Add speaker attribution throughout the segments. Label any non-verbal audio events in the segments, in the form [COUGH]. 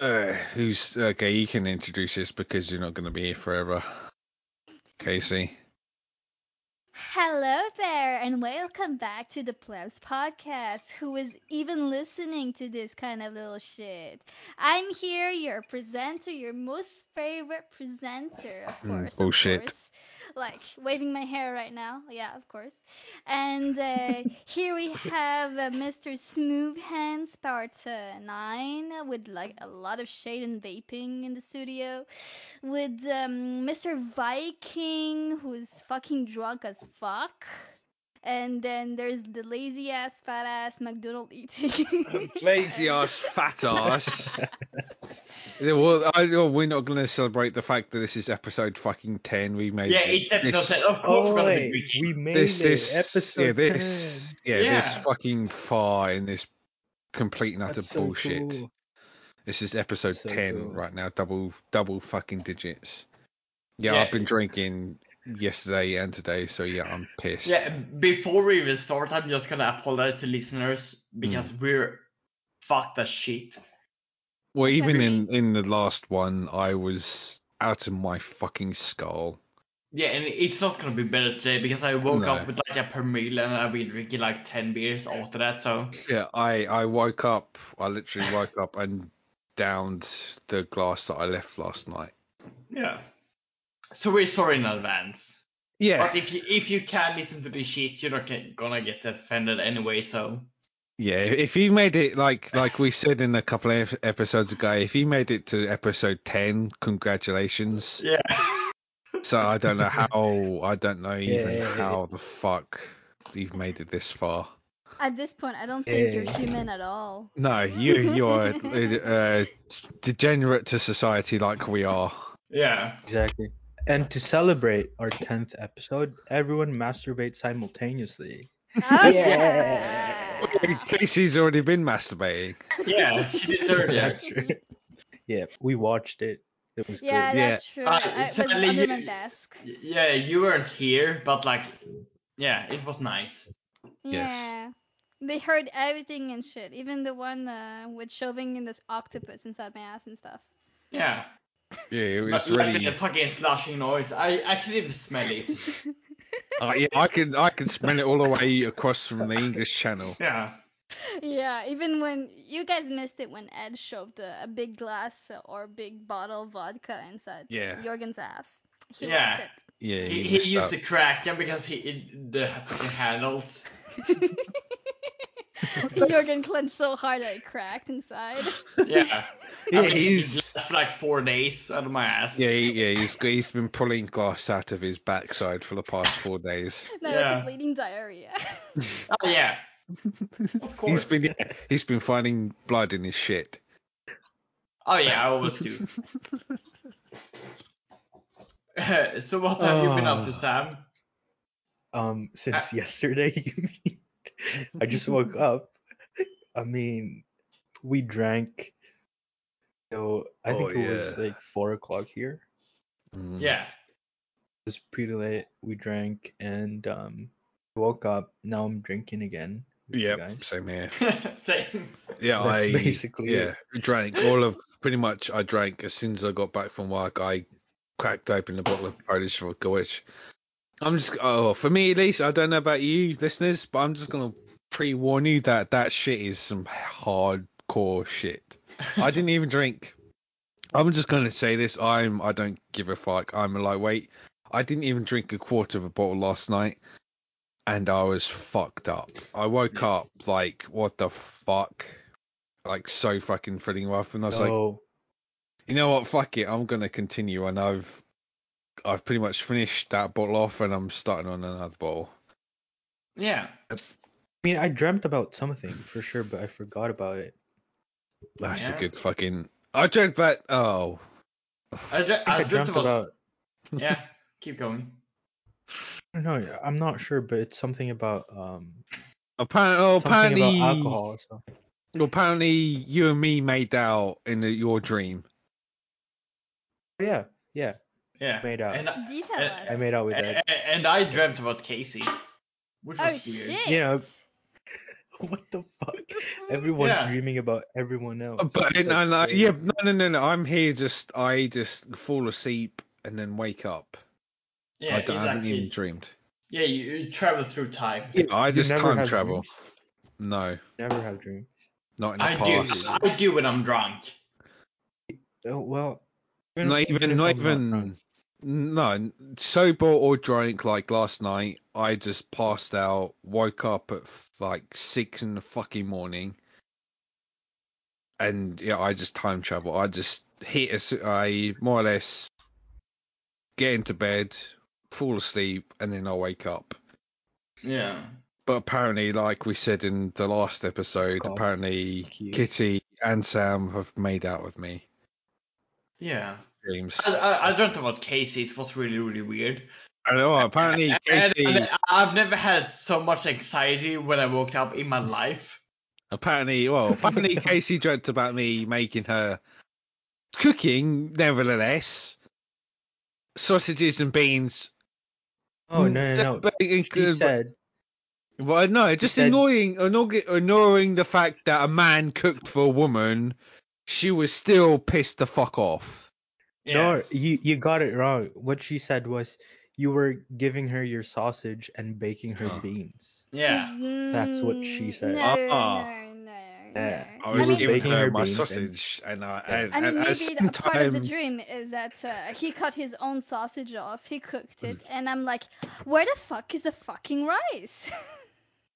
Speaker 1: Uh, who's okay? You can introduce this because you're not going to be here forever, Casey.
Speaker 2: Hello there, and welcome back to the Plebs Podcast. Who is even listening to this kind of little shit? I'm here, your presenter, your most favorite presenter, of
Speaker 1: Mm,
Speaker 2: course. of
Speaker 1: bullshit.
Speaker 2: course. Like waving my hair right now. Yeah, of course. And uh, here we have uh, Mr. Smooth Hands, part uh, 9, with like a lot of shade and vaping in the studio with um, Mr. Viking, who's fucking drunk as fuck. And then there's the lazy ass, fat ass McDonald eating. [LAUGHS]
Speaker 1: Lazy ass, fat ass. [LAUGHS] Yeah, well, I, oh, we're not going to celebrate the fact that this is episode fucking ten. We made
Speaker 3: Yeah,
Speaker 1: it.
Speaker 3: it's episode
Speaker 1: This-
Speaker 3: 10. Of course,
Speaker 4: Oh,
Speaker 3: we're gonna be
Speaker 4: wait,
Speaker 3: drinking.
Speaker 4: we made
Speaker 1: This,
Speaker 4: it.
Speaker 1: this,
Speaker 4: Episode
Speaker 1: yeah, this,
Speaker 4: 10.
Speaker 1: yeah, this
Speaker 3: Yeah.
Speaker 1: fucking far in this complete and utter
Speaker 4: That's so
Speaker 1: bullshit.
Speaker 4: cool.
Speaker 1: This is episode
Speaker 4: So
Speaker 1: ten
Speaker 4: cool.
Speaker 1: right now, double double fucking digits. Yeah,
Speaker 3: Yeah.
Speaker 1: I've been drinking yesterday and today, so yeah, I'm pissed.
Speaker 3: Yeah, before we even start, I'm just gonna apologize to listeners because we're fucked as shit.
Speaker 1: Well,
Speaker 2: It's
Speaker 1: even in
Speaker 2: everything.
Speaker 1: in the last one, I was out of my fucking skull.
Speaker 3: Yeah, and it's not gonna be better today because I woke
Speaker 1: No.
Speaker 3: up with like a per meal and I've been drinking like 10 beers after that, so.
Speaker 1: Yeah, I I woke up. I [LAUGHS] literally woke up and downed the glass that I left last night.
Speaker 3: Yeah. So we're sorry in advance.
Speaker 1: Yeah,
Speaker 3: But if you if you can listen to this shit, you're not get- gonna get offended anyway, so.
Speaker 1: yeah. If you made it like like we said in a couple of ep- episodes ago, if you made it to episode ten, congratulations.
Speaker 3: Yeah.
Speaker 1: So I don't [LAUGHS] know how I don't know even
Speaker 4: Yeah.
Speaker 1: how the fuck you've made it this far.
Speaker 2: At this point, I don't think you're
Speaker 4: Yeah.
Speaker 2: human at all.
Speaker 1: No, you you're uh, degenerate to society like we are.
Speaker 3: [LAUGHS] Yeah.
Speaker 4: Exactly. And to celebrate our 10th episode, everyone masturbate simultaneously.
Speaker 2: [LAUGHS] Oh,
Speaker 4: Yeah.
Speaker 1: Casey's already been masturbating.
Speaker 3: Yeah, she did
Speaker 2: [LAUGHS]
Speaker 3: her. Yeah.
Speaker 4: That's true. Yeah, we watched it. It was
Speaker 2: Yeah,
Speaker 1: Yeah.
Speaker 2: that's true.
Speaker 3: Uh,
Speaker 2: I was
Speaker 3: sadly,
Speaker 2: under
Speaker 3: you-
Speaker 2: my desk.
Speaker 3: Yeah, you weren't here, but like, yeah, it was nice.
Speaker 1: Yes.
Speaker 2: Yeah. They heard everything and shit, even the one uh, with shoving in the octopus inside my ass and stuff.
Speaker 3: Yeah.
Speaker 1: Yeah, it was
Speaker 3: But like
Speaker 1: really.
Speaker 3: the fucking slushing noise, I actually smell
Speaker 1: [LAUGHS]
Speaker 3: it.
Speaker 1: Uh, yeah, I can I can smell it all the way across from the English Channel.
Speaker 3: Yeah.
Speaker 2: [LAUGHS] Yeah, even when you guys missed it when Ed shoved a, a big glass or big bottle of vodka inside
Speaker 1: Yeah.
Speaker 2: Jorgen's ass. He
Speaker 3: Yeah.
Speaker 2: liked
Speaker 1: Yeah, he,
Speaker 3: He, he
Speaker 1: messed
Speaker 3: used
Speaker 1: up.
Speaker 3: the Kraken because he it, the fucking
Speaker 1: [LAUGHS]
Speaker 3: handles.
Speaker 2: it. [LAUGHS] Jorgen clenched so hard that it cracked inside. [LAUGHS]
Speaker 3: Yeah.
Speaker 1: Yeah,
Speaker 3: I've been eating
Speaker 1: he's
Speaker 3: glass for like four days out of my ass.
Speaker 1: yeah, he- yeah, he's he's been pulling glass out of his backside for the past four days.
Speaker 2: Now
Speaker 3: Yeah.
Speaker 2: it's a bleeding diarrhea. [LAUGHS]
Speaker 3: Oh yeah. Of course.
Speaker 1: He's been he's been finding blood in his shit.
Speaker 3: Oh yeah, I always do. [LAUGHS] so what have you been up
Speaker 1: Ah.
Speaker 3: to,
Speaker 4: Oh.
Speaker 3: Sam?
Speaker 4: Um, since yesterday, [LAUGHS] you mean? I just woke up. I mean, we drank. So I think
Speaker 1: Oh,
Speaker 4: it was
Speaker 1: yeah.
Speaker 4: like four o'clock here.
Speaker 1: Mm.
Speaker 3: Yeah. [LAUGHS]
Speaker 4: It was pretty late. We drank and um, woke up. Now I'm drinking again. with you
Speaker 1: Yep,
Speaker 4: guys.
Speaker 1: same here.
Speaker 3: Same.
Speaker 1: Yeah,
Speaker 4: That's
Speaker 1: I
Speaker 4: basically
Speaker 1: yeah drank all of pretty much. I drank as soon as I got back from work. I cracked open a bottle of Polish vodka, which I'm just oh for me at least. I don't know about you listeners, but I'm just gonna pre-warn you that that shit is some hardcore shit. I didn't even drink. I'm just gonna say this. I'm I don't give a fuck. I'm a lightweight. I didn't even drink a quarter of a bottle last night, and I was fucked up. I woke up like what the fuck, like so fucking feeling rough, and I was like,
Speaker 4: So
Speaker 1: you know what, fuck it, I'm gonna continue, and I've I've pretty much finished that bottle off, and I'm starting on another bottle.
Speaker 3: Yeah.
Speaker 4: I mean, I dreamt about something for sure, but I forgot about it.
Speaker 1: That's
Speaker 3: Yeah.
Speaker 1: a good fucking. I drank that. Oh,
Speaker 3: I, dr-
Speaker 4: I,
Speaker 3: I,
Speaker 4: think I dreamt about.
Speaker 3: Yeah. Keep going.
Speaker 4: No, I'm not sure, but it's something about um
Speaker 1: apparently, oh,
Speaker 4: something
Speaker 1: apparently,
Speaker 4: about alcohol. So.
Speaker 1: Well, apparently you and me made out in the, your dream.
Speaker 4: Yeah, yeah,
Speaker 3: Yeah.
Speaker 4: made out.
Speaker 3: And I,
Speaker 2: Detail
Speaker 3: Uh,
Speaker 2: us.
Speaker 4: I made out with
Speaker 3: and,
Speaker 4: that.
Speaker 3: and I dreamt about Casey, which
Speaker 2: oh
Speaker 3: was weird.
Speaker 2: shit.
Speaker 4: You know, [LAUGHS] what the fuck? Everyone's
Speaker 3: Yeah.
Speaker 4: dreaming about everyone else.
Speaker 1: But and,
Speaker 4: That's
Speaker 1: and I,
Speaker 4: crazy.
Speaker 1: yeah, no, no, no, no. I'm here just I just fall asleep and then wake up.
Speaker 3: Yeah,
Speaker 1: I, don't, I haven't even
Speaker 3: exactly.
Speaker 1: dreamed.
Speaker 3: Yeah, you, you travel through time.
Speaker 1: Yeah, I
Speaker 4: You
Speaker 1: just
Speaker 4: never
Speaker 1: time
Speaker 4: have
Speaker 1: travel.
Speaker 4: dreams?
Speaker 1: No,
Speaker 4: Never have dreams.
Speaker 1: not in the
Speaker 3: I do.
Speaker 1: past.
Speaker 3: I do when I'm drunk.
Speaker 4: Oh, well,
Speaker 1: Not even,
Speaker 4: if
Speaker 1: not
Speaker 4: I'm drunk.
Speaker 1: even. No, sober or drunk. Like last night, I just passed out, woke up at like six in the fucking morning, and yeah, I just time travel. I just hit. A, s- I more or less get into bed, fall asleep, and then I wake up.
Speaker 3: Yeah.
Speaker 1: But apparently, like we said in the last episode,
Speaker 4: Fuck off.
Speaker 1: apparently
Speaker 4: Fuck you.
Speaker 1: Kitty and Sam have made out with me.
Speaker 3: Yeah.
Speaker 1: James.
Speaker 3: I, I, I dreamt about Casey. It was really, really weird.
Speaker 1: I know. oh,
Speaker 3: [LAUGHS]
Speaker 1: Apparently,
Speaker 3: And- and-
Speaker 1: Casey.
Speaker 3: and I've never had so much anxiety when I woke up in my life.
Speaker 1: Apparently, well,
Speaker 4: [LAUGHS]
Speaker 1: apparently Casey dreamt about me making her cooking, nevertheless, sausages and beans.
Speaker 4: Oh, no,
Speaker 1: [LAUGHS]
Speaker 4: no, no.
Speaker 1: But it-
Speaker 4: She said,
Speaker 1: well, no, just
Speaker 4: said-
Speaker 1: ignoring, ignoring, ignoring the fact that a man cooked for a woman, she was still pissed the fuck off.
Speaker 3: Yeah.
Speaker 4: no, you, you got it wrong. What she said was, you were giving her your sausage and baking her
Speaker 1: Huh.
Speaker 4: beans. [LAUGHS]
Speaker 2: [LAUGHS]
Speaker 3: Yeah.
Speaker 4: That's what she
Speaker 2: Mm,
Speaker 4: said.
Speaker 2: No,
Speaker 1: Ah.
Speaker 2: no, no,
Speaker 4: Yeah.
Speaker 2: no.
Speaker 1: I
Speaker 4: I
Speaker 1: was
Speaker 4: mean-
Speaker 1: giving
Speaker 4: Baking
Speaker 1: her
Speaker 4: her
Speaker 1: my
Speaker 4: beans and-
Speaker 1: sausage, and I,
Speaker 4: Yeah.
Speaker 1: and,
Speaker 2: I mean,
Speaker 1: and at
Speaker 2: maybe
Speaker 1: some
Speaker 2: the, part of the
Speaker 1: time-
Speaker 2: dream is that uh, he cut his own sausage off, he cooked it, and I'm like, where the fuck is the fucking rice? [LAUGHS]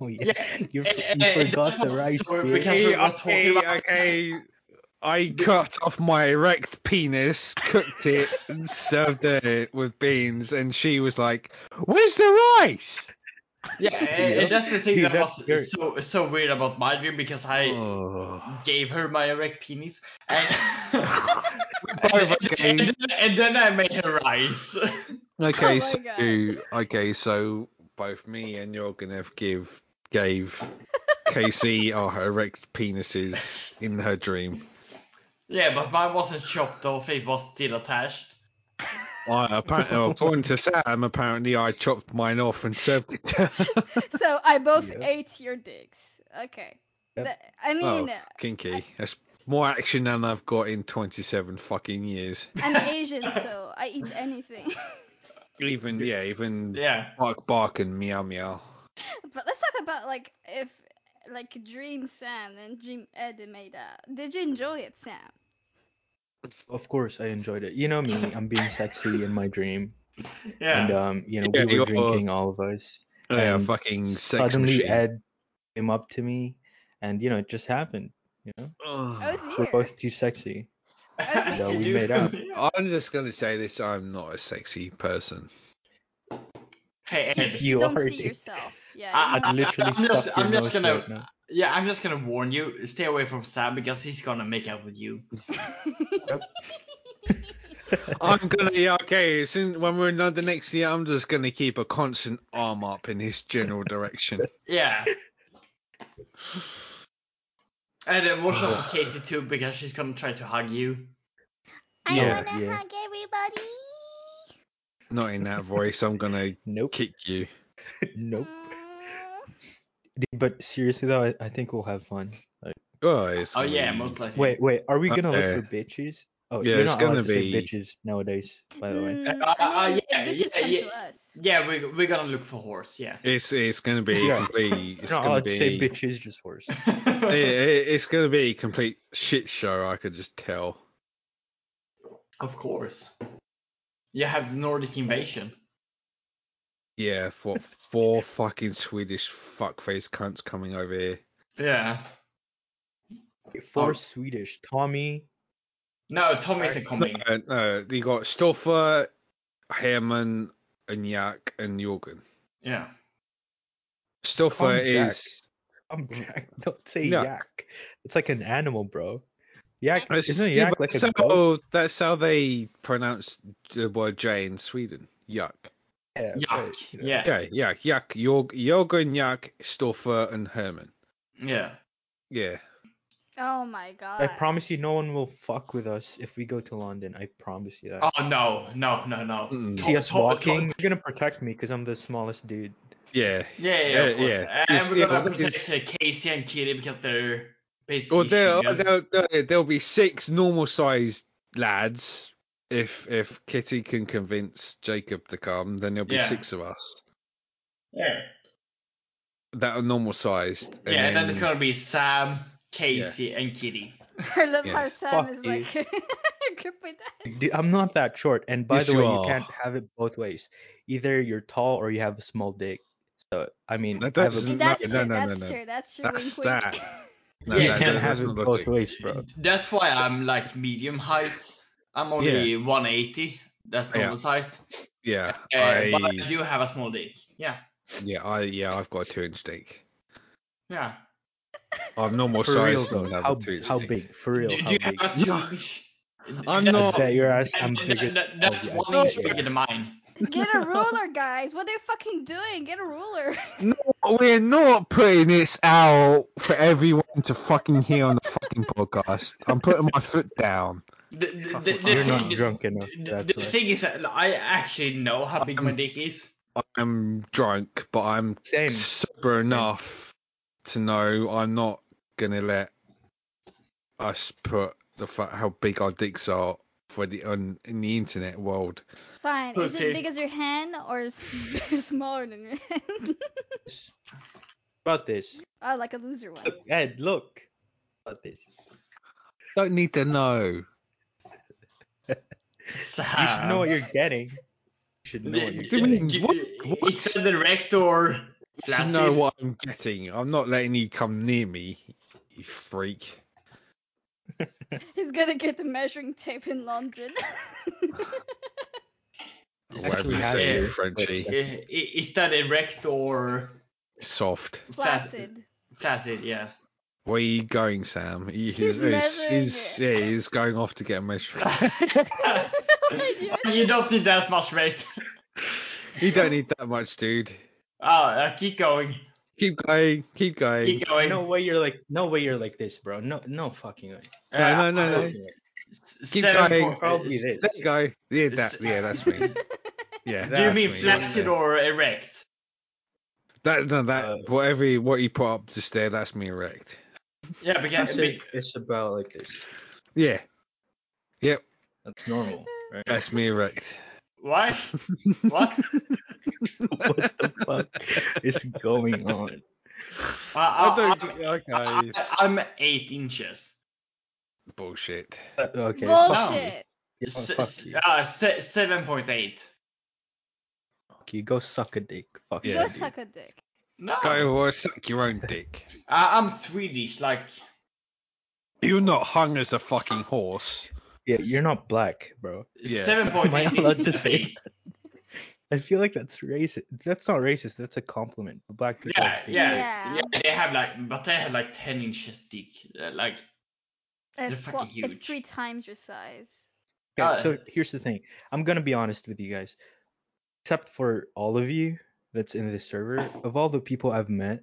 Speaker 4: oh yeah, you,
Speaker 3: Eh, eh,
Speaker 4: you
Speaker 3: eh, it
Speaker 4: forgot the
Speaker 3: doesn't
Speaker 4: rice.
Speaker 3: work
Speaker 4: bit.
Speaker 3: because-
Speaker 1: Hey,
Speaker 3: we're not talking
Speaker 1: okay,
Speaker 3: about-
Speaker 1: okay. [LAUGHS] I cut off my erect penis, cooked it, and served it with beans, and she was like, "Where's the rice?"
Speaker 3: [LAUGHS] Yeah. and- and that's the thing
Speaker 4: Dude,
Speaker 3: that
Speaker 4: that's
Speaker 3: was
Speaker 4: very-
Speaker 3: so so weird about my dream because I
Speaker 1: Oh.
Speaker 3: gave her my erect penis
Speaker 4: [LAUGHS]
Speaker 3: and.
Speaker 1: [LAUGHS] both
Speaker 3: and, [LAUGHS] and,
Speaker 1: agreed.
Speaker 3: then- and then I made her rise. [LAUGHS]
Speaker 1: Okay,
Speaker 2: my
Speaker 1: so okay, so both me and you're gonna give gave Casey our erect penises in her dream.
Speaker 3: yeah, but mine wasn't chopped off; it was still attached.
Speaker 1: I, apparently, according to Sam, apparently I chopped mine off and served it. to her.
Speaker 2: so I both
Speaker 4: Yeah.
Speaker 2: ate your dicks. Okay.
Speaker 4: Yep.
Speaker 2: That- I mean,
Speaker 1: oh, kinky. That's more action than I've got in 27 fucking years.
Speaker 2: I'm Asian, so I eat anything. [LAUGHS]
Speaker 1: Even yeah, even
Speaker 3: Yeah.
Speaker 1: bark bark and meow meow.
Speaker 2: but let's talk about like if like Dream Sam and Dream Ed made out. Did you enjoy it, Sam?
Speaker 4: Of course, I enjoyed it. You know me, I'm being sexy in my dream,
Speaker 3: Yeah.
Speaker 4: and um, you know
Speaker 1: Yeah,
Speaker 4: we
Speaker 1: you're-
Speaker 4: were drinking, all of us.
Speaker 1: yeah,
Speaker 4: And
Speaker 1: fucking sex
Speaker 4: Suddenly,
Speaker 1: machine.
Speaker 4: Ed came up to me, and you know it just happened. You know,
Speaker 1: Ugh.
Speaker 2: Oh
Speaker 4: we're
Speaker 2: dear.
Speaker 4: both too sexy.
Speaker 2: Yeah,
Speaker 4: we
Speaker 3: [LAUGHS]
Speaker 4: made up.
Speaker 1: I'm just gonna say this. I'm not a sexy person.
Speaker 3: Hey, Ed.
Speaker 4: [LAUGHS] You
Speaker 2: don't
Speaker 4: are, Ah,
Speaker 2: see
Speaker 4: dude.
Speaker 2: yourself. Yeah. you
Speaker 3: I-
Speaker 4: I'd
Speaker 2: know.
Speaker 4: literally
Speaker 3: I'm
Speaker 4: suck
Speaker 3: just-
Speaker 4: your
Speaker 3: I'm
Speaker 4: nose
Speaker 3: just gonna-
Speaker 4: right now.
Speaker 3: Yeah, I'm just gonna warn you. Stay away from Sam because he's gonna make out with you.
Speaker 1: I'm gonna yeah okay. Soon when we're in London next year, I'm just gonna keep a constant arm up in his general direction.
Speaker 4: [LAUGHS]
Speaker 3: Yeah. And uh, watch
Speaker 4: [SIGHS]
Speaker 3: out for Casey too because she's gonna try to hug you.
Speaker 2: I
Speaker 1: Yeah,
Speaker 2: wanna
Speaker 4: yeah.
Speaker 2: hug everybody.
Speaker 1: Not in that voice. I'm gonna
Speaker 4: Nope,
Speaker 1: kick you.
Speaker 4: nope.
Speaker 2: Mm.
Speaker 4: Dude, but seriously though, I, I think we'll have fun. Like,
Speaker 1: Oh, it's
Speaker 3: Oh
Speaker 1: gonna
Speaker 3: yeah,
Speaker 1: be-
Speaker 3: most likely.
Speaker 4: wait, wait, are we gonna
Speaker 1: Okay.
Speaker 4: look for bitches? Oh,
Speaker 1: Yeah,
Speaker 4: you're
Speaker 1: it's
Speaker 4: not allowed
Speaker 1: gonna
Speaker 4: to say
Speaker 1: be-
Speaker 4: bitches nowadays, by the way.
Speaker 2: Mm,
Speaker 3: Uh,
Speaker 2: I
Speaker 3: uh,
Speaker 2: mean,
Speaker 3: yeah,
Speaker 2: if bitches
Speaker 3: yeah,
Speaker 2: come
Speaker 3: yeah.
Speaker 2: to us.
Speaker 3: Yeah, we we're gonna look for horse. Yeah.
Speaker 1: It's it's gonna be
Speaker 4: Yeah.
Speaker 1: complete.
Speaker 4: [LAUGHS] You're
Speaker 1: It's
Speaker 4: not
Speaker 1: gonna
Speaker 4: allowed
Speaker 1: be
Speaker 4: to say bitches, just horse.
Speaker 1: [LAUGHS] it, it- it's gonna be a complete shit show. I could just tell.
Speaker 3: Of course. You have Nordic invasion.
Speaker 1: Yeah, for four fucking Swedish fuckface cunts coming over here.
Speaker 3: Yeah.
Speaker 4: For
Speaker 3: Oh.
Speaker 4: Swedish, Tommy.
Speaker 3: No, Tom isn't coming.
Speaker 1: Uh, no, you got Stoffer, Herman, and Yak and Jorgen.
Speaker 3: Yeah.
Speaker 1: Stoffer
Speaker 4: Tom Jack.
Speaker 1: is Mm.
Speaker 4: I'm Jack. Don't say
Speaker 1: Yeah.
Speaker 4: yak. It's like an animal, bro. Yak
Speaker 1: It's-
Speaker 4: isn't a
Speaker 1: yeah,
Speaker 4: yak
Speaker 1: but
Speaker 4: like a
Speaker 1: that's
Speaker 4: goat?
Speaker 1: how- That's how they pronounce the word J in Sweden. Yuck.
Speaker 4: Yeah,
Speaker 3: Yuck.
Speaker 4: but, you know,
Speaker 3: Yeah.
Speaker 1: Yeah, yeah, Yak, Jorg, Jorgen, Yak, Stoffer, and Herman.
Speaker 3: Yeah.
Speaker 1: Yeah.
Speaker 2: Oh my god.
Speaker 4: I
Speaker 2: [LAUGHS]
Speaker 4: promise you, no one will fuck with us if we go to London. I promise you that.
Speaker 3: Oh no, no, no, no.
Speaker 1: Mm.
Speaker 4: See us
Speaker 3: Tom- Tom-
Speaker 4: walking, you're gonna protect me because I'm the smallest dude.
Speaker 1: Yeah.
Speaker 3: Yeah, yeah,
Speaker 1: Yeah,
Speaker 3: of course.
Speaker 1: yeah.
Speaker 3: And
Speaker 1: It's-
Speaker 3: we're gonna
Speaker 1: yeah,
Speaker 3: protect
Speaker 1: it's-
Speaker 3: uh, Casey and Kitty because they're basically.
Speaker 1: Well, there,
Speaker 3: shield.
Speaker 1: there, there, there'll be six normal-sized lads. If if Kitty can convince Jacob to come, then there'll be
Speaker 3: Yeah.
Speaker 1: six of us
Speaker 3: yeah,
Speaker 1: that are normal-sized.
Speaker 3: yeah, and then it's gonna be Sam, Casey, and Kitty.
Speaker 2: I love
Speaker 1: Yeah.
Speaker 2: how Sam
Speaker 4: Fuck
Speaker 2: is
Speaker 4: you.
Speaker 2: like [LAUGHS] equipped with that.
Speaker 4: D- I'm not that short, and by
Speaker 1: Yes,
Speaker 4: the
Speaker 1: you
Speaker 4: way,
Speaker 1: are.
Speaker 4: you can't have it both ways. Either you're tall or you have a small dick. So I mean,
Speaker 1: That
Speaker 4: I have a-
Speaker 1: doesn't-
Speaker 2: And
Speaker 1: No, no,
Speaker 2: that's true.
Speaker 1: no, no,
Speaker 2: that's
Speaker 1: no.
Speaker 2: true. That's true.
Speaker 1: That's
Speaker 2: wink, wink.
Speaker 1: that. No,
Speaker 4: you
Speaker 3: Yeah,
Speaker 1: no,
Speaker 4: can't
Speaker 1: no,
Speaker 4: have
Speaker 1: that's
Speaker 4: it
Speaker 1: not a
Speaker 4: both
Speaker 1: dick.
Speaker 4: ways, bro.
Speaker 3: That's why I'm like medium height. I'm only 180. That's
Speaker 1: Yeah.
Speaker 3: normal sized.
Speaker 1: Yeah,
Speaker 3: Uh, But I
Speaker 1: I,
Speaker 3: do have a small dick. Yeah,
Speaker 1: yeah, I, yeah, I've got a two-inch dick.
Speaker 3: yeah.
Speaker 1: I'm normal
Speaker 4: For real
Speaker 1: sized
Speaker 4: though,
Speaker 1: and I have
Speaker 4: how
Speaker 1: a two-inch
Speaker 4: how
Speaker 1: dick.
Speaker 4: big? For real,
Speaker 3: do,
Speaker 4: how
Speaker 3: do you
Speaker 4: big?
Speaker 3: have
Speaker 1: No.
Speaker 3: a [LAUGHS] two inch?
Speaker 1: I'm
Speaker 3: That's-
Speaker 1: not-
Speaker 4: I bet your ass,
Speaker 3: that-
Speaker 4: I'm
Speaker 3: that-
Speaker 4: bigger.
Speaker 3: that- that's
Speaker 4: Oh, yeah.
Speaker 3: one inch
Speaker 1: No.
Speaker 3: bigger than mine.
Speaker 2: [LAUGHS] Get
Speaker 4: [LAUGHS]
Speaker 2: a ruler, guys. What are they fucking doing? Get a ruler. [LAUGHS]
Speaker 1: We're not putting this out for everyone to fucking hear on the fucking podcast. I'm putting my foot down.
Speaker 3: The, the, the, the
Speaker 4: You're not
Speaker 3: thing-
Speaker 4: drunk enough.
Speaker 3: The,
Speaker 4: That's
Speaker 3: the
Speaker 4: why.
Speaker 3: thing is, that I actually know how big my
Speaker 1: Um,
Speaker 3: dick is.
Speaker 1: I'm drunk, but I'm
Speaker 4: Same.
Speaker 1: sober enough to know I'm not gonna let us put the fact how big our dicks are for the on in the internet world.
Speaker 2: Fine. Is
Speaker 3: Pussy.
Speaker 2: it big as your hand or s- [LAUGHS] smaller than your hand? [LAUGHS]
Speaker 3: [LAUGHS]
Speaker 4: About this.
Speaker 2: oh, like a loser one.
Speaker 4: Look, Ed, look. About this.
Speaker 1: Don't need to know.
Speaker 4: You should
Speaker 1: Ah.
Speaker 3: [LAUGHS]
Speaker 4: know what you're getting. You should know what you're
Speaker 1: Do you mean-
Speaker 4: getting.
Speaker 1: what- what?
Speaker 3: Is that direct or
Speaker 1: You should
Speaker 3: flaccid?
Speaker 1: know what I'm getting. I'm not letting you come near me, you freak.
Speaker 2: He's gonna get the measuring tape in London.
Speaker 3: [LAUGHS]
Speaker 1: Or
Speaker 3: It's
Speaker 1: whatever you
Speaker 3: actually
Speaker 1: say,
Speaker 3: how-
Speaker 1: Frenchie.
Speaker 3: I- Uh, i- Is that erect or
Speaker 1: Soft.
Speaker 2: Flaccid.
Speaker 3: Flaccid, yeah.
Speaker 1: Where are you going, Sam? He-
Speaker 2: He's
Speaker 1: He's, he's,
Speaker 2: measuring
Speaker 1: he's- yeah, he's going off to get a measure.
Speaker 2: [LAUGHS] Oh
Speaker 4: [LAUGHS]
Speaker 3: you don't need that much weight. [LAUGHS]
Speaker 1: you don't need that much, dude.
Speaker 3: Oh, uh, keep going.
Speaker 1: Keep going, keep going.
Speaker 3: Keep going.
Speaker 4: No way you're like no way you're like this, bro. No no fucking way.
Speaker 3: Uh,
Speaker 1: No, no, no, no.
Speaker 4: Fucking way.
Speaker 1: Keep going.
Speaker 4: Probably this.
Speaker 1: There you go. Yeah, that, yeah, that's me. Yeah,
Speaker 3: Do you
Speaker 1: that's
Speaker 3: mean
Speaker 1: me.
Speaker 3: flaccid or erect?
Speaker 1: That, no, that,
Speaker 4: Uh,
Speaker 1: whatever, you- what you put up just there, that's me erect.
Speaker 3: Yeah, because
Speaker 4: It's- it's about like this.
Speaker 1: Yeah,
Speaker 4: That's normal, right?
Speaker 1: that's me erect.
Speaker 3: what? What?
Speaker 4: [LAUGHS] what the fuck is going on?
Speaker 3: Uh,
Speaker 1: I
Speaker 3: I,
Speaker 1: don't,
Speaker 3: am
Speaker 4: uh,
Speaker 1: okay,
Speaker 3: eight inches.
Speaker 1: bullshit.
Speaker 4: Okay.
Speaker 2: Bullshit.
Speaker 4: You,
Speaker 3: S-
Speaker 4: fuck
Speaker 3: s-
Speaker 4: you.
Speaker 3: uh, se- seven point eight.
Speaker 4: Fuck you. Go suck a dick. Fuck
Speaker 1: Yeah,
Speaker 2: Go
Speaker 4: you. dude.
Speaker 2: suck a dick.
Speaker 3: No,
Speaker 1: Go
Speaker 4: uh,
Speaker 1: or suck your own dick.
Speaker 3: I- I'm Swedish. Like,
Speaker 1: You're not hung as a fucking
Speaker 4: [LAUGHS]
Speaker 1: horse.
Speaker 4: Yeah, you're not black, bro.
Speaker 1: Yeah.
Speaker 3: seven point
Speaker 4: Am I
Speaker 3: eight.
Speaker 4: allowed to say
Speaker 3: [LAUGHS]
Speaker 4: I feel like that's racist. That's not racist. That's a compliment. Black people.
Speaker 3: Yeah,
Speaker 4: are big.
Speaker 3: yeah,
Speaker 2: Yeah.
Speaker 3: yeah, They have like, but they have like ten inches thick. Uh, Like,
Speaker 2: It's,
Speaker 3: fucking
Speaker 2: tw- it's
Speaker 3: huge.
Speaker 2: three times your size.
Speaker 4: Okay,
Speaker 3: Uh,
Speaker 4: so here's the thing. I'm gonna be honest with you guys. Except for all of you that's in this server, of all the people I've met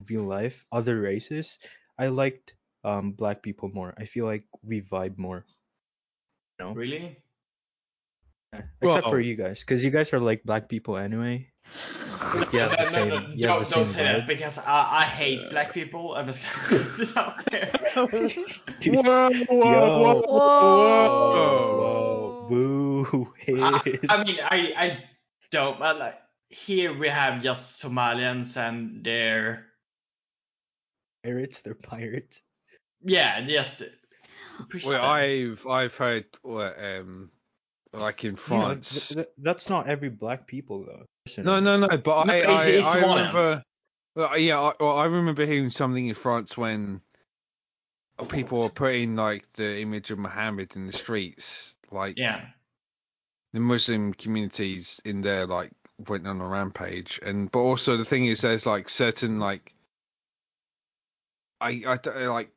Speaker 4: in real life, other races, I liked um black people more. I feel like we vibe more.
Speaker 3: really?
Speaker 4: Yeah. Except for
Speaker 1: Well-
Speaker 4: you guys, because you guys are like black
Speaker 3: [LAUGHS]
Speaker 4: people anyway. Yeah, the same. yeah,
Speaker 3: don't,
Speaker 4: the
Speaker 3: don't
Speaker 4: same
Speaker 3: say that
Speaker 4: vibe.
Speaker 3: because I, I hate black people. I'm just [LAUGHS] gonna put it out there. [LAUGHS]
Speaker 4: Dude.
Speaker 1: Whoa, whoa, whoa,
Speaker 2: Whoa.
Speaker 4: Whoa, [LAUGHS] boo,
Speaker 3: I,
Speaker 4: hiss.
Speaker 3: I mean, I, I don't. But like, here we have just Somalians and they're
Speaker 4: pirates, they're pirates.
Speaker 3: yeah, just.
Speaker 1: Well, I've I've heard well, um like in
Speaker 4: You know,
Speaker 1: France.
Speaker 4: th- th- that's not every black people though.
Speaker 1: no, no, no. But
Speaker 3: No,
Speaker 1: I
Speaker 3: it's-
Speaker 1: I,
Speaker 3: it's
Speaker 1: I
Speaker 3: violence.
Speaker 1: remember. Well, yeah, I, well, I remember hearing something in France when people were putting like the image of Muhammad in the streets, like
Speaker 3: yeah.
Speaker 1: the Muslim communities in there like went on a rampage, and but also the thing is there's like certain like I I don't like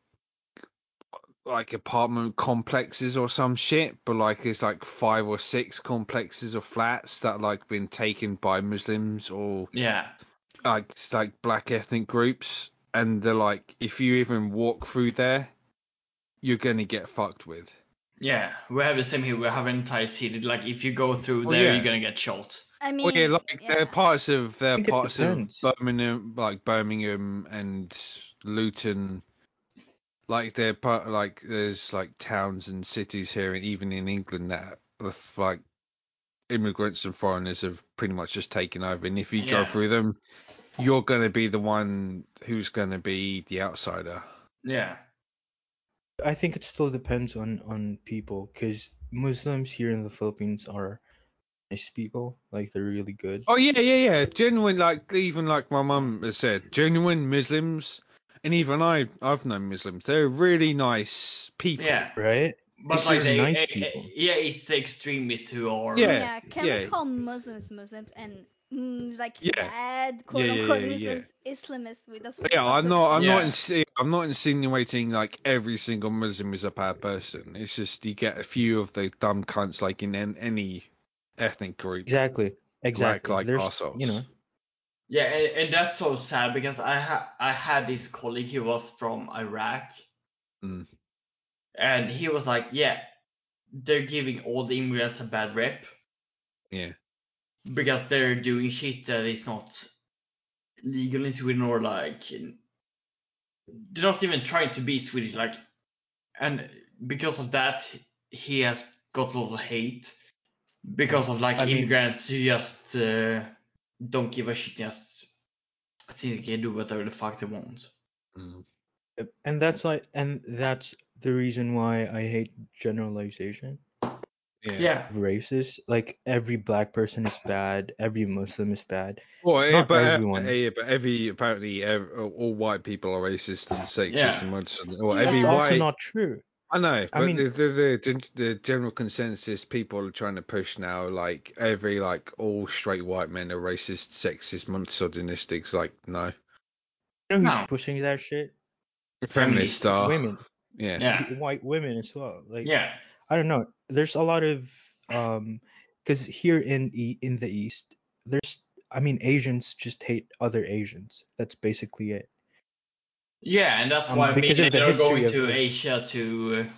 Speaker 1: like apartment complexes or some shit, but like it's like five or six complexes or flats that like been taken by Muslims or
Speaker 3: Yeah.
Speaker 1: like it's like black ethnic groups, and they're like if you even walk through there, you're gonna get fucked with.
Speaker 3: Yeah, we have the same here. We have an entire city. Like if you go through
Speaker 1: Oh,
Speaker 3: there,
Speaker 1: yeah.
Speaker 3: you're gonna get shot.
Speaker 2: I mean,
Speaker 1: Well, yeah, like there
Speaker 2: yeah.
Speaker 1: are parts of there are
Speaker 4: think it
Speaker 1: parts of
Speaker 4: depends.
Speaker 1: Birmingham, like Birmingham and Luton, like they're part like there's like towns and cities here, and even in England that the f- like immigrants and foreigners have pretty much just taken over. And if you go
Speaker 3: Yeah.
Speaker 1: through them, you're going to be the one who's going to be the outsider.
Speaker 3: Yeah.
Speaker 4: I think it still depends on on people because Muslims here in the Philippines are nice people. Like they're really good.
Speaker 1: Oh yeah, yeah, yeah. Genuine, like even like my mum has said, genuine Muslims, and even I, I've known Muslims. They're really nice people.
Speaker 3: Yeah.
Speaker 4: Right?
Speaker 3: But
Speaker 1: It's
Speaker 3: like
Speaker 1: just
Speaker 3: they,
Speaker 4: nice
Speaker 3: eh, eh,
Speaker 4: people.
Speaker 3: yeah, it's the extremists who are.
Speaker 1: Yeah.
Speaker 2: yeah, can
Speaker 1: yeah.
Speaker 2: we call Muslims Muslims and mm, like
Speaker 1: Yeah.
Speaker 2: bad quote
Speaker 1: yeah,
Speaker 2: unquote
Speaker 1: yeah, yeah.
Speaker 2: Muslims Islamists? We, that's
Speaker 1: Yeah, I'm not. I'm not.
Speaker 3: Yeah.
Speaker 1: Insi- I'm not insinuating like every single Muslim is a bad person. It's just you get a few of the dumb cunts like in an, any ethnic group.
Speaker 4: Exactly. Exactly.
Speaker 1: like
Speaker 4: There's,
Speaker 1: assholes.
Speaker 4: You know.
Speaker 3: Yeah, and, and that's so sad because I ha- I had this colleague. He was from Iraq,
Speaker 1: Mm.
Speaker 3: and he was like, "Yeah, they're giving all the immigrants a bad rep
Speaker 1: Yeah.
Speaker 3: because they're doing shit that is not legal in Sweden or like in- they're not even trying to be Swedish. Like, and because of that, he has got a lot of hate because of like
Speaker 4: I mean-
Speaker 3: immigrants who just uh, don't give a shit. Just I think they can do whatever the fuck they want.
Speaker 1: Mm.
Speaker 4: Yep, And that's why and that's the reason why I hate generalization
Speaker 1: Yeah.
Speaker 3: Yeah.
Speaker 4: of races. Like every black person is bad, every Muslim is bad.
Speaker 1: Well, eh,
Speaker 4: Not
Speaker 1: but, eh,
Speaker 4: everyone.
Speaker 1: eh, but every apparently ev all white people are racist and sexist
Speaker 3: Yeah.
Speaker 1: and much. Or
Speaker 2: Yeah.
Speaker 1: every
Speaker 4: It's
Speaker 2: Why-
Speaker 4: also
Speaker 1: white.
Speaker 4: not true.
Speaker 1: I know, but
Speaker 4: mean-
Speaker 1: the, the, the gen- the general consensus people are trying to push now, like every like all straight white men are racist, sexist, misogynistics. Like no,
Speaker 4: You know who's
Speaker 3: No.
Speaker 4: pushing that shit?
Speaker 1: feminist
Speaker 3: Feminists,
Speaker 4: It's
Speaker 1: are
Speaker 4: women.
Speaker 1: yeah.
Speaker 3: Yeah.
Speaker 4: White women as well. Like
Speaker 3: Yeah.
Speaker 4: I don't know. There's a lot of um, because here in e- in the East, there's I mean Asians just hate other Asians. That's basically it.
Speaker 3: Yeah, and that's
Speaker 4: Um,
Speaker 3: why
Speaker 4: because
Speaker 3: maybe
Speaker 4: of the
Speaker 3: they're
Speaker 4: history
Speaker 3: going
Speaker 4: of
Speaker 3: to
Speaker 4: the-
Speaker 3: Asia to uh,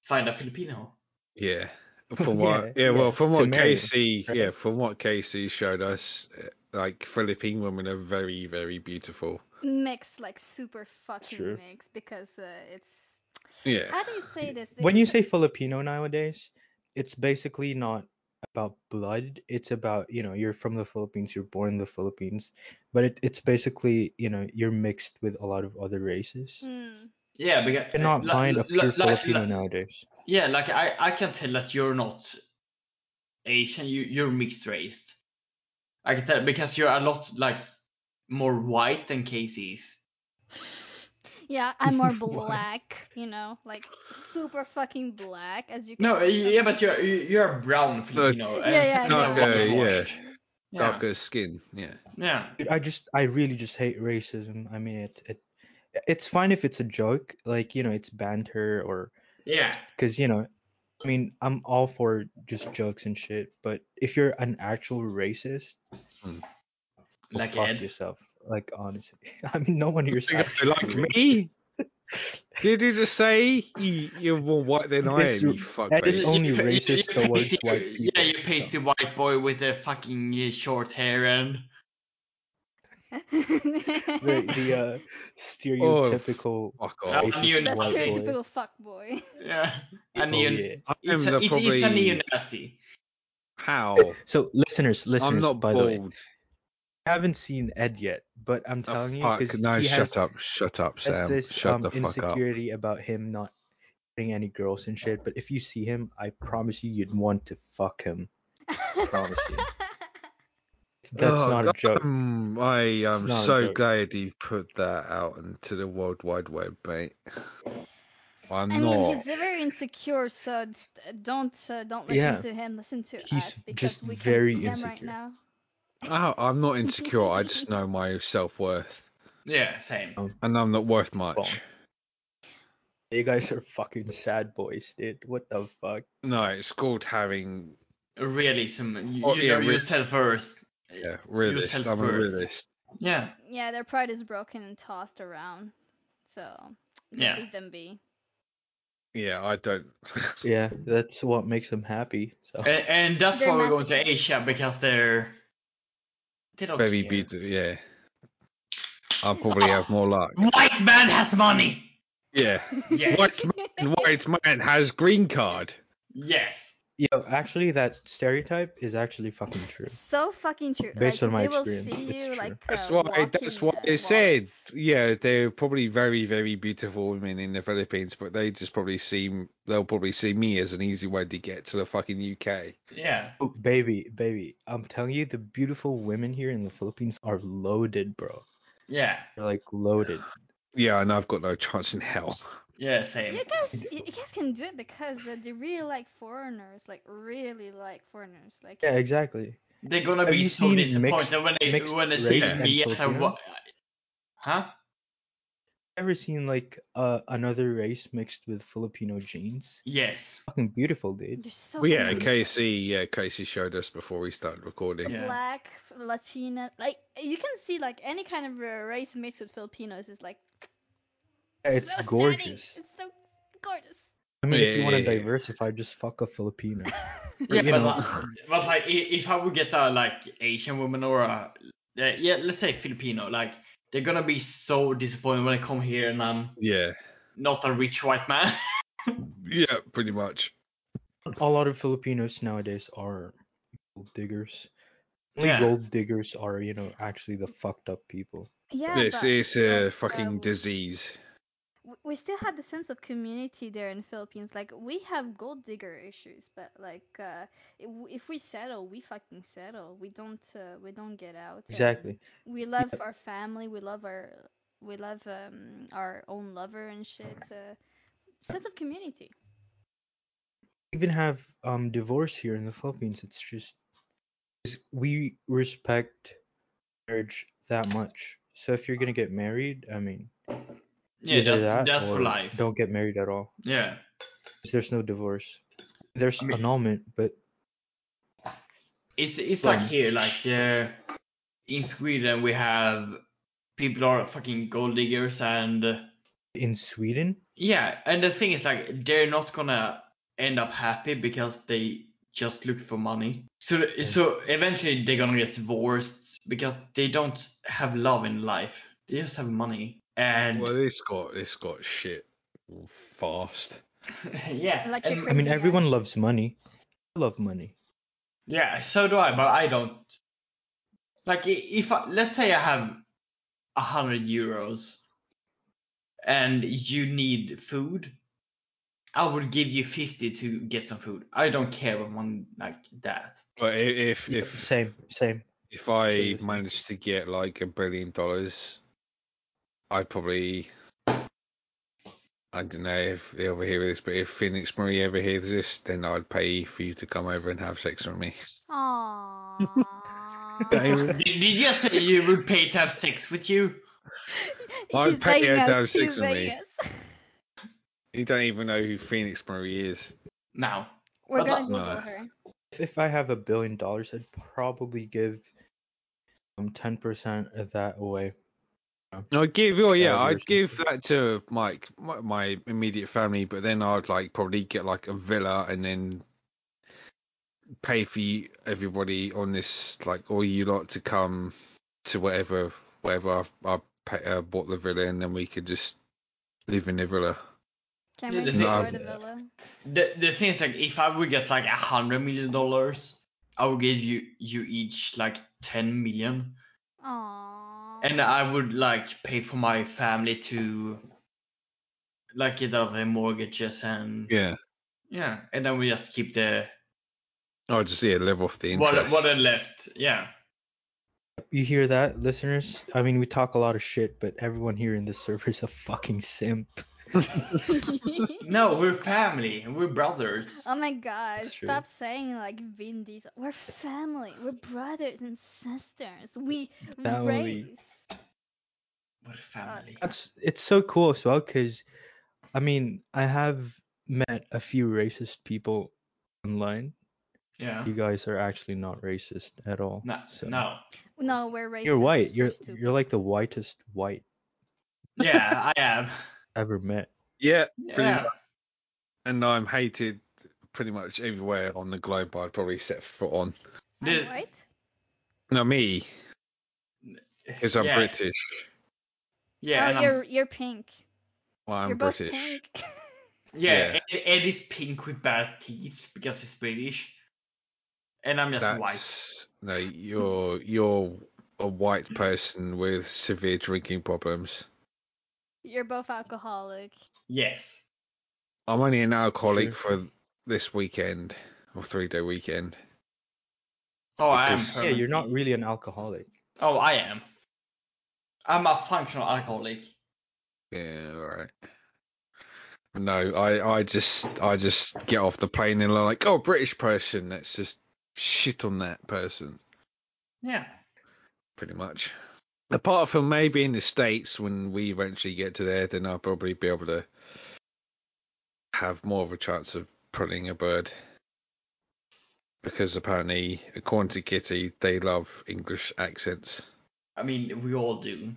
Speaker 3: find a Filipino.
Speaker 1: Yeah. From what, yeah,
Speaker 4: Yeah, yeah,
Speaker 1: well, from
Speaker 4: to
Speaker 1: what
Speaker 4: marry,
Speaker 1: Casey,
Speaker 4: right?
Speaker 1: yeah, from what Casey showed us, eh, like Philippine women are very, very beautiful.
Speaker 2: mixed, like super fucking
Speaker 4: true.
Speaker 2: mixed because uh, it's
Speaker 1: Yeah.
Speaker 2: how do you say this?
Speaker 4: When
Speaker 2: They-
Speaker 4: you say Filipino nowadays, it's basically not about blood. It's about you know you're from the Philippines, you're born in the Philippines, but it, it's basically you know you're mixed with a lot of other races.
Speaker 2: Mm,
Speaker 3: Yeah, because
Speaker 4: You cannot
Speaker 3: li-
Speaker 4: find
Speaker 3: li-
Speaker 4: a pure
Speaker 3: li-
Speaker 4: Filipino
Speaker 3: li-
Speaker 4: nowadays.
Speaker 3: Yeah, like I, I can tell that you're not Asian. You you're mixed race. I can tell because you're a lot like more white than Casey's.
Speaker 2: yeah, I'm more
Speaker 4: Why?
Speaker 2: black, you know, like super fucking black as you can.
Speaker 3: No,
Speaker 2: see
Speaker 3: yeah, but
Speaker 2: [LAUGHS]
Speaker 3: you're you- you're brown Filipino.
Speaker 2: Yeah,
Speaker 3: and
Speaker 2: yeah,
Speaker 3: so
Speaker 2: yeah.
Speaker 3: you're
Speaker 2: Okay,
Speaker 1: yeah.
Speaker 3: washed. yeah.
Speaker 1: Darker skin. Yeah.
Speaker 3: Yeah.
Speaker 4: Dude, I just I really just hate racism. I mean it it it's fine if it's a joke, like you know, it's banter or
Speaker 3: Yeah.
Speaker 4: cuz you know, I mean, I'm all for just jokes and shit, but if you're an actual racist, well,
Speaker 3: Like
Speaker 4: fuck
Speaker 3: Ed.
Speaker 4: yourself. Like honestly. [LAUGHS] I mean, no one here is actually
Speaker 1: like
Speaker 4: racist.
Speaker 1: me? Did you just say you, you're more white than I
Speaker 4: This-
Speaker 1: am? You fuck
Speaker 4: that is
Speaker 1: face?
Speaker 4: only
Speaker 3: pa-
Speaker 4: racist
Speaker 3: you
Speaker 4: towards
Speaker 3: pasty-
Speaker 4: white people,
Speaker 3: Yeah, you pasty white boy with the fucking uh, short hair and
Speaker 4: The the uh, stereotypical
Speaker 1: Fuck
Speaker 3: I'm
Speaker 1: off.
Speaker 4: Racist
Speaker 3: you
Speaker 2: the
Speaker 4: white boy.
Speaker 2: stereotypical fuck boy.
Speaker 3: yeah, a
Speaker 4: people,
Speaker 3: neo-
Speaker 1: I
Speaker 4: yeah.
Speaker 1: am
Speaker 3: it's, a,
Speaker 1: the
Speaker 3: it's,
Speaker 1: probably
Speaker 3: it's a neo-Nazi.
Speaker 1: how
Speaker 4: So listeners, listeners,
Speaker 1: I'm not
Speaker 4: by the way,
Speaker 1: bald.
Speaker 4: I haven't seen Ed yet, but I'm
Speaker 1: Oh,
Speaker 4: telling you
Speaker 1: fuck,
Speaker 4: cuz
Speaker 1: no,
Speaker 4: he
Speaker 1: shut
Speaker 4: has
Speaker 1: up, shut up,
Speaker 4: That's
Speaker 1: Sam.
Speaker 4: this
Speaker 1: shut
Speaker 4: um,
Speaker 1: the fuck up.
Speaker 4: insecurity about him not getting any girls and shit. But if you see him, I promise you, you'd want to fuck him. [LAUGHS]
Speaker 1: [LAUGHS]
Speaker 4: promise you. That's
Speaker 1: Oh,
Speaker 4: not
Speaker 1: God,
Speaker 4: a joke.
Speaker 1: um, I am
Speaker 4: not a
Speaker 1: so
Speaker 4: joke.
Speaker 1: glad you put that out into the world wide web, mate. I'm
Speaker 2: I
Speaker 1: not.
Speaker 2: mean, he's very insecure, so d- don't uh, don't listen
Speaker 4: Yeah.
Speaker 2: to him. Listen to
Speaker 4: He's
Speaker 2: us because
Speaker 4: just
Speaker 2: we can
Speaker 4: very
Speaker 2: see him right
Speaker 4: insecure.
Speaker 2: now.
Speaker 1: Oh, I'm not insecure. I just know my self worth,
Speaker 3: Yeah, same.
Speaker 4: Oh.
Speaker 1: and I'm not worth much.
Speaker 4: Wrong. You guys are fucking sad boys, dude. What the fuck?
Speaker 1: No, it's called having
Speaker 3: Realism. You,
Speaker 1: Oh,
Speaker 3: you
Speaker 1: yeah,
Speaker 3: know
Speaker 1: re-
Speaker 3: yourself first.
Speaker 1: yeah, realist. I'm a
Speaker 3: self-worth.
Speaker 1: realist.
Speaker 3: Yeah.
Speaker 2: Yeah, their pride is broken and tossed around, so just
Speaker 3: Yeah.
Speaker 2: leave them be.
Speaker 1: Yeah, I don't. [LAUGHS]
Speaker 4: Yeah, that's what makes them happy. So
Speaker 3: And, and that's
Speaker 2: They're
Speaker 3: why we're going
Speaker 2: massive.
Speaker 3: to Asia because they're they don't
Speaker 1: Very
Speaker 3: care.
Speaker 1: beautiful. Yeah. I'll probably have more luck.
Speaker 3: White man has money.
Speaker 1: Yeah. [LAUGHS]
Speaker 3: Yes.
Speaker 1: White man, white man has green card.
Speaker 3: Yes.
Speaker 4: yeah, actually that stereotype is actually fucking true.
Speaker 2: [LAUGHS] so fucking true.
Speaker 4: Based
Speaker 2: like,
Speaker 4: on my
Speaker 2: they will
Speaker 4: experience,
Speaker 2: see
Speaker 4: it's
Speaker 2: you
Speaker 4: true.
Speaker 2: like
Speaker 1: That's
Speaker 2: uh,
Speaker 1: why. That's
Speaker 2: walking,
Speaker 1: what
Speaker 2: uh,
Speaker 1: they said.
Speaker 2: walls.
Speaker 1: Yeah, they're probably very, very beautiful women in the Philippines, but they just probably seem. They'll probably see me as an easy way to get to the fucking UK.
Speaker 3: Yeah.
Speaker 4: Oh, baby, baby, I'm telling you, the beautiful women here in the Philippines are loaded, bro.
Speaker 3: Yeah.
Speaker 4: They're like loaded.
Speaker 1: Yeah, and I've got no chance in [LAUGHS] hell.
Speaker 3: Yeah. Same.
Speaker 2: You
Speaker 4: [LAUGHS]
Speaker 2: guys, you you guys can do it because uh, they're really like foreigners, like really like foreigners, like
Speaker 4: Yeah, exactly.
Speaker 3: They're gonna
Speaker 4: Have
Speaker 3: be
Speaker 4: you
Speaker 3: so
Speaker 4: seen
Speaker 3: disappointed
Speaker 4: mixed-
Speaker 3: when they
Speaker 4: mixed
Speaker 3: when they see
Speaker 4: race and
Speaker 3: me as a
Speaker 4: Filipinos?
Speaker 3: what? Huh?
Speaker 4: Ever seen like uh, another race mixed with Filipino genes?
Speaker 3: Yes.
Speaker 4: Fucking beautiful, dude.
Speaker 2: they're so.
Speaker 1: Well, yeah,
Speaker 2: fucking
Speaker 1: Casey. Yeah, Casey showed us before we started recording.
Speaker 3: Yeah.
Speaker 2: black, f- Latina, like you can see like any kind of uh, race mixed with Filipinos is like
Speaker 4: Yeah, it's
Speaker 2: so stunning.
Speaker 4: gorgeous.
Speaker 2: It's so gorgeous.
Speaker 4: I mean, if you want to
Speaker 1: Yeah.
Speaker 4: diversify, just fuck a Filipino.
Speaker 3: Yeah,
Speaker 4: you
Speaker 3: but,
Speaker 4: know.
Speaker 3: like, but like i- if I would get a like Asian woman or a uh, yeah, let's say Filipino, like they're gonna be so disappointed when I come here and I'm
Speaker 1: Yeah.
Speaker 3: not a rich white man. [LAUGHS]
Speaker 1: Yeah, pretty much.
Speaker 4: a lot of Filipinos nowadays are gold diggers. Only
Speaker 3: Yeah.
Speaker 4: gold diggers are, you know, actually the fucked up people.
Speaker 2: Yeah,
Speaker 1: This
Speaker 2: but
Speaker 1: is a
Speaker 2: like,
Speaker 1: fucking
Speaker 2: um,
Speaker 1: disease.
Speaker 2: w- we still had the sense of community there in Philippines. Like we have gold digger issues, but like uh, if, if we settle, we fucking settle. We don't uh, we don't get out. and
Speaker 4: Exactly.
Speaker 2: We love our family. We love our we love um, our own lover and shit. Uh, sense of community.
Speaker 4: Even have um divorce here in the Philippines. It's just 'cause we respect marriage that much. So if you're gonna get married, I mean,
Speaker 3: yeah,
Speaker 4: either
Speaker 3: that's, that's for
Speaker 4: or
Speaker 3: life.
Speaker 4: Don't get married at all.
Speaker 3: Yeah.
Speaker 4: 'Cause There's no divorce. There's
Speaker 3: I mean-
Speaker 4: annulment, but
Speaker 3: It's it's like
Speaker 4: Um,
Speaker 3: here, like uh, in Sweden we have people are fucking gold diggers and
Speaker 4: in Sweden,
Speaker 3: yeah, and the thing is like they're not gonna end up happy because they just look for money. So so eventually they're gonna get divorced because they don't have love in life. They just have money and
Speaker 1: Well, this got this got shit fast.
Speaker 3: [LAUGHS] yeah,
Speaker 2: Like
Speaker 3: and-
Speaker 2: you're
Speaker 4: I mean,
Speaker 2: Crazy
Speaker 4: everyone
Speaker 2: guys.
Speaker 4: loves money. I love money.
Speaker 3: Yeah, so do I, but I don't. Like, i- if I, let's say I have a hundred euros, and you need food, I would give you fifty to get some food. I don't care about money like that.
Speaker 1: But i- if if
Speaker 4: Same, same.
Speaker 1: if I
Speaker 4: Absolutely.
Speaker 1: managed to get like a billion dollars, I'd probably I don't know if they ever hear this, but if Phoenix Marie ever hears this, then I'd pay for you to come over and have sex with me.
Speaker 2: [LAUGHS] Aww.
Speaker 3: Did, did you just say you would pay to have sex with you?
Speaker 1: I'd
Speaker 2: He's
Speaker 1: pay
Speaker 2: begging
Speaker 1: her to
Speaker 2: us.
Speaker 1: have sex
Speaker 2: He's
Speaker 1: with me.
Speaker 2: begging us.
Speaker 1: [LAUGHS]
Speaker 2: [LAUGHS]
Speaker 1: You don't even know who Phoenix Marie is.
Speaker 3: No.
Speaker 2: We're
Speaker 3: But
Speaker 2: gonna
Speaker 3: that-
Speaker 2: Google
Speaker 1: no.
Speaker 2: her.
Speaker 4: If I have a billion dollars, I'd probably give um ten percent of that away.
Speaker 1: I'd give oh yeah,
Speaker 4: Charity or
Speaker 1: I'd give that to Mike, my, my immediate family, but then I'd like probably get like a villa and then pay for you, everybody on this like all you lot to come to whatever whatever I've I pay, uh, bought the villa and then we could just live in the villa.
Speaker 2: Can
Speaker 3: Yeah,
Speaker 2: we
Speaker 3: the
Speaker 1: thing-
Speaker 2: afford a
Speaker 1: I've-
Speaker 2: villa?
Speaker 3: The the thing is like if I would get like a hundred million dollars, I would give you you each like ten million.
Speaker 2: Aww.
Speaker 3: and
Speaker 4: uh,
Speaker 3: I would like pay for my family to like get out their mortgages and yeah.
Speaker 1: Yeah,
Speaker 3: and then we just keep the
Speaker 1: I'll just yeah live off the interest.
Speaker 3: what what are left. Yeah,
Speaker 4: You hear that, listeners? I mean, we talk a lot of shit, but everyone here in this [LAUGHS] server is a fucking simp.
Speaker 3: no, we're family, we're brothers.
Speaker 2: [LAUGHS] oh my god,
Speaker 4: It's true.
Speaker 2: stop saying like Vin Diesel. We're family. We're brothers and sisters. We
Speaker 4: Family.
Speaker 2: race.
Speaker 3: We're family.
Speaker 4: That's it's so cool as well, cause I mean, I have met a few racist people online. [LAUGHS]
Speaker 3: Yeah.
Speaker 4: You guys are actually not racist at all.
Speaker 3: No,
Speaker 4: so-
Speaker 3: no.
Speaker 2: No, we're racist.
Speaker 4: You're white. You're
Speaker 2: We're stupid.
Speaker 4: you're like the whitest white
Speaker 3: Yeah, I am.
Speaker 4: I've ever met.
Speaker 1: Yeah,
Speaker 3: Yeah.
Speaker 1: and I'm hated pretty much everywhere on the globe I'd probably set foot on.
Speaker 3: The-
Speaker 2: I'm white.
Speaker 1: No, me, because I'm
Speaker 3: yeah,
Speaker 1: British.
Speaker 3: Yeah, and
Speaker 2: oh,
Speaker 3: I'm
Speaker 2: you're
Speaker 3: s-
Speaker 2: you're pink.
Speaker 1: Well, I'm
Speaker 2: you're
Speaker 1: British.
Speaker 2: both pink. [LAUGHS]
Speaker 1: Yeah.
Speaker 3: Yeah, Ed, Ed is pink with bad teeth because he's British, and I'm just white.
Speaker 1: That's no,
Speaker 2: Mm.
Speaker 1: you're you're a white person with severe drinking problems.
Speaker 2: you're both alcoholic.
Speaker 3: Yes.
Speaker 1: I'm only an alcoholic
Speaker 4: True.
Speaker 1: for this weekend or three day weekend.
Speaker 3: Oh, I am.
Speaker 1: Because-
Speaker 4: Yeah,
Speaker 3: permanent.
Speaker 4: you're not really an alcoholic.
Speaker 3: Oh, I am. I'm a functional alcoholic.
Speaker 1: Yeah, all right. No, I I just I just get off the plane and I'm like, oh, British person. Let's just shit on that person,
Speaker 3: Yeah.
Speaker 1: pretty much. Apart from maybe in the states when we eventually get to there, then I'll probably be able to have more of a chance of prodding a bird. Because apparently, according to Kitty, they love English accents.
Speaker 3: I mean, we all do.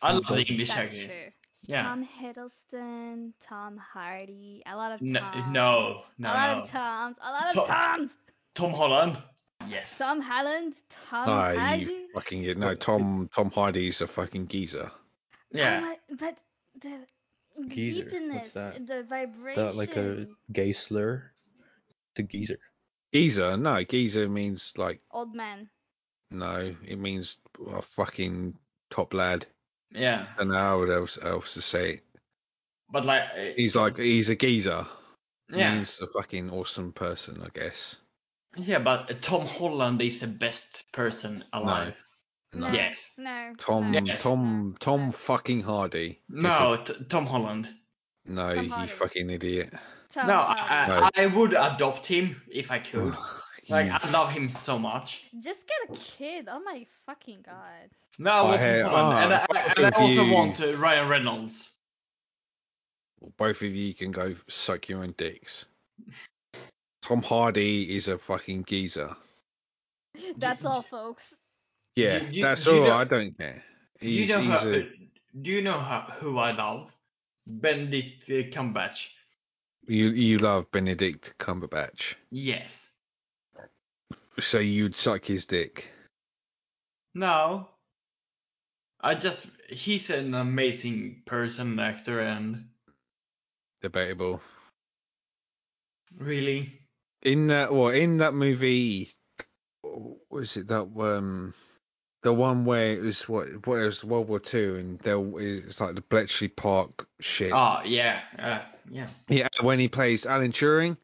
Speaker 3: I
Speaker 4: Mm,
Speaker 3: love the
Speaker 4: but-
Speaker 3: English
Speaker 2: That's
Speaker 3: accent.
Speaker 2: true.
Speaker 3: Yeah.
Speaker 2: Tom Hiddleston, Tom Hardy, a lot of
Speaker 3: No-
Speaker 2: Toms.
Speaker 3: no, no,
Speaker 2: A lot of
Speaker 3: no.
Speaker 2: Toms. A lot of
Speaker 3: Tom-
Speaker 2: Toms.
Speaker 3: Tom Holland. Yes.
Speaker 2: Tom Holland, Tom
Speaker 1: Ah, you
Speaker 2: Hardy.
Speaker 1: fucking no, Tom Tom Hardy's a fucking geezer.
Speaker 3: Yeah.
Speaker 2: Oh my, but the, the
Speaker 4: Geezer, what's
Speaker 2: deepness,
Speaker 4: that?
Speaker 2: the vibration.
Speaker 4: That like a gay slur. It's a geezer.
Speaker 1: Geezer, no, geezer means like
Speaker 2: Old man.
Speaker 1: no, it means a fucking top lad.
Speaker 3: Yeah.
Speaker 1: I don't know how else else to say it.
Speaker 3: But like. uh,
Speaker 1: He's like he's a geezer.
Speaker 3: Yeah.
Speaker 1: Means a fucking awesome person, I guess.
Speaker 3: Yeah, but uh, Tom Holland is the best person alive.
Speaker 1: No.
Speaker 2: No.
Speaker 3: Yes.
Speaker 2: No.
Speaker 1: Tom
Speaker 2: no,
Speaker 3: Yes.
Speaker 1: Tom
Speaker 2: no,
Speaker 1: Tom
Speaker 2: no.
Speaker 1: fucking Hardy. is
Speaker 3: No, t- Tom Holland.
Speaker 1: a- no,
Speaker 2: Tom
Speaker 1: you
Speaker 2: Hardy.
Speaker 1: fucking idiot.
Speaker 2: Tom
Speaker 3: no,
Speaker 2: Hardy.
Speaker 3: I, I, I would adopt him if I could. [LAUGHS] like,
Speaker 1: You-
Speaker 3: I love him so much.
Speaker 2: Just get a kid. Oh my fucking god.
Speaker 3: No, I want
Speaker 1: hey,
Speaker 3: Tom Holland. and
Speaker 1: ah,
Speaker 3: I,
Speaker 1: both
Speaker 3: and I
Speaker 1: of
Speaker 3: also
Speaker 1: you.
Speaker 3: want uh, Ryan Reynolds.
Speaker 1: both of you can go suck your own dicks. Tom Hardy is a fucking geezer.
Speaker 2: That's all, folks.
Speaker 1: Yeah,
Speaker 3: Do you-
Speaker 1: that's
Speaker 3: do you
Speaker 1: all.
Speaker 3: know-
Speaker 1: I don't care. He's,
Speaker 3: you know
Speaker 1: he's
Speaker 3: her,
Speaker 1: a,
Speaker 3: Do you know her, who I love? Benedict uh, Cumberbatch.
Speaker 1: you you love Benedict Cumberbatch,
Speaker 3: Yes.
Speaker 1: so you'd suck his dick.
Speaker 3: No. I just he's an amazing person actor and
Speaker 1: Debatable.
Speaker 3: really
Speaker 1: In that well, in that movie, was it that um the one where it was what where it was World War Two and there it's like the Bletchley Park shit.
Speaker 3: oh yeah uh, yeah
Speaker 1: Yeah, when he plays Alan Turing,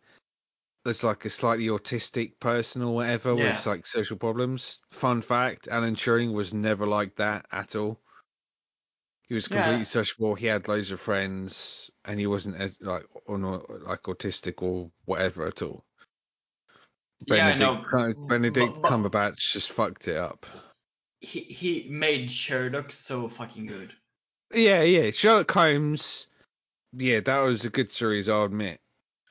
Speaker 1: there's like a slightly autistic person or whatever
Speaker 3: Yeah.
Speaker 1: with like social problems. Fun fact: Alan Turing was never like that at all. He was
Speaker 3: Yeah.
Speaker 1: completely sociable. He had loads of friends, and he wasn't as, like on like autistic or whatever at all. Benedict,
Speaker 3: yeah I know
Speaker 1: Cum- Benedict
Speaker 3: but, but
Speaker 1: Cumberbatch just fucked it up.
Speaker 3: he he made Sherlock so fucking good
Speaker 1: Yeah, yeah. Sherlock Holmes. Yeah, that was a good series. I'll admit.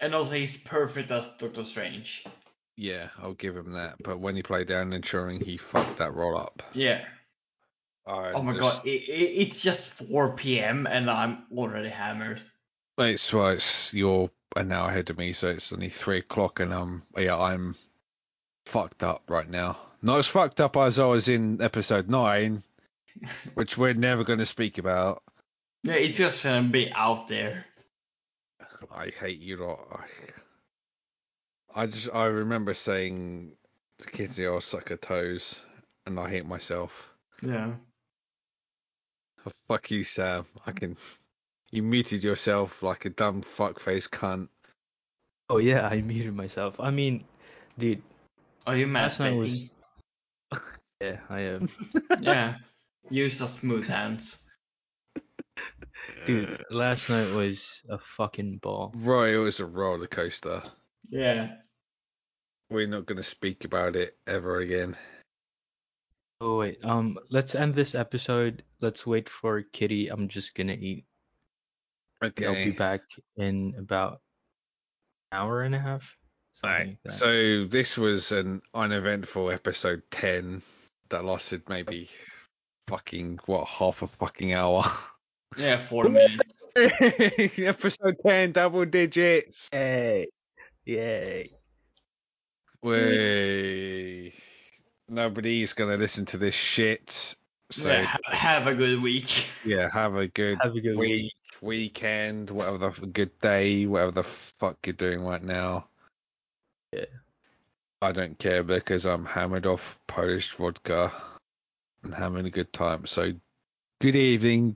Speaker 3: and also he's perfect as Doctor Strange
Speaker 1: Yeah, I'll give him that. But when he played Alan Turing, he fucked that role up.
Speaker 3: yeah
Speaker 1: I
Speaker 3: oh my
Speaker 1: just-
Speaker 3: god it, it, it's just 4 p.m. and I'm already hammered
Speaker 1: It's well, it's you're an hour ahead of me, so it's only three o'clock, and um, yeah, I'm fucked up right now. Not as fucked up as I was in episode
Speaker 3: [LAUGHS]
Speaker 1: nine, which we're never going to speak about.
Speaker 3: yeah it's just gonna be out there
Speaker 1: I hate you lot. I, I just I remember saying to Kitty, "I'll suck her toes," and I hate myself.
Speaker 3: yeah
Speaker 1: Oh, fuck you, Sam. I can. You muted yourself like a dumb fuckface cunt.
Speaker 4: Oh yeah, I muted myself. I mean, dude,
Speaker 3: are you
Speaker 4: Last night
Speaker 3: masturbating
Speaker 4: was-
Speaker 3: [LAUGHS]
Speaker 4: yeah, I am.
Speaker 3: yeah use the smooth hands
Speaker 4: [LAUGHS] Dude, last night was a fucking ball.
Speaker 1: Roy, it was a roller coaster.
Speaker 3: yeah
Speaker 1: We're not going to speak about it ever again.
Speaker 4: Oh wait, um, let's end this episode. Let's wait for Kitty. I'm just gonna eat.
Speaker 1: Okay.
Speaker 4: I'll be back in about an hour and a half. something
Speaker 1: Right.
Speaker 4: like that.
Speaker 1: So this was an uneventful episode 10 that lasted maybe fucking what half a fucking hour. [LAUGHS]
Speaker 3: yeah 4 minutes
Speaker 1: Episode 10, double digits.
Speaker 4: Yay. Yay.
Speaker 1: Way. Nobody's going to listen to this shit. So,
Speaker 3: Yeah,
Speaker 1: yeah,
Speaker 3: ha- have a good week. [LAUGHS]
Speaker 1: have a good
Speaker 4: Have a good
Speaker 1: week,
Speaker 4: week.
Speaker 1: weekend, whatever the f- good day, whatever the fuck you're doing right now.
Speaker 4: Yeah.
Speaker 1: I don't care because I'm hammered off Polish vodka and having a good time. So, good evening,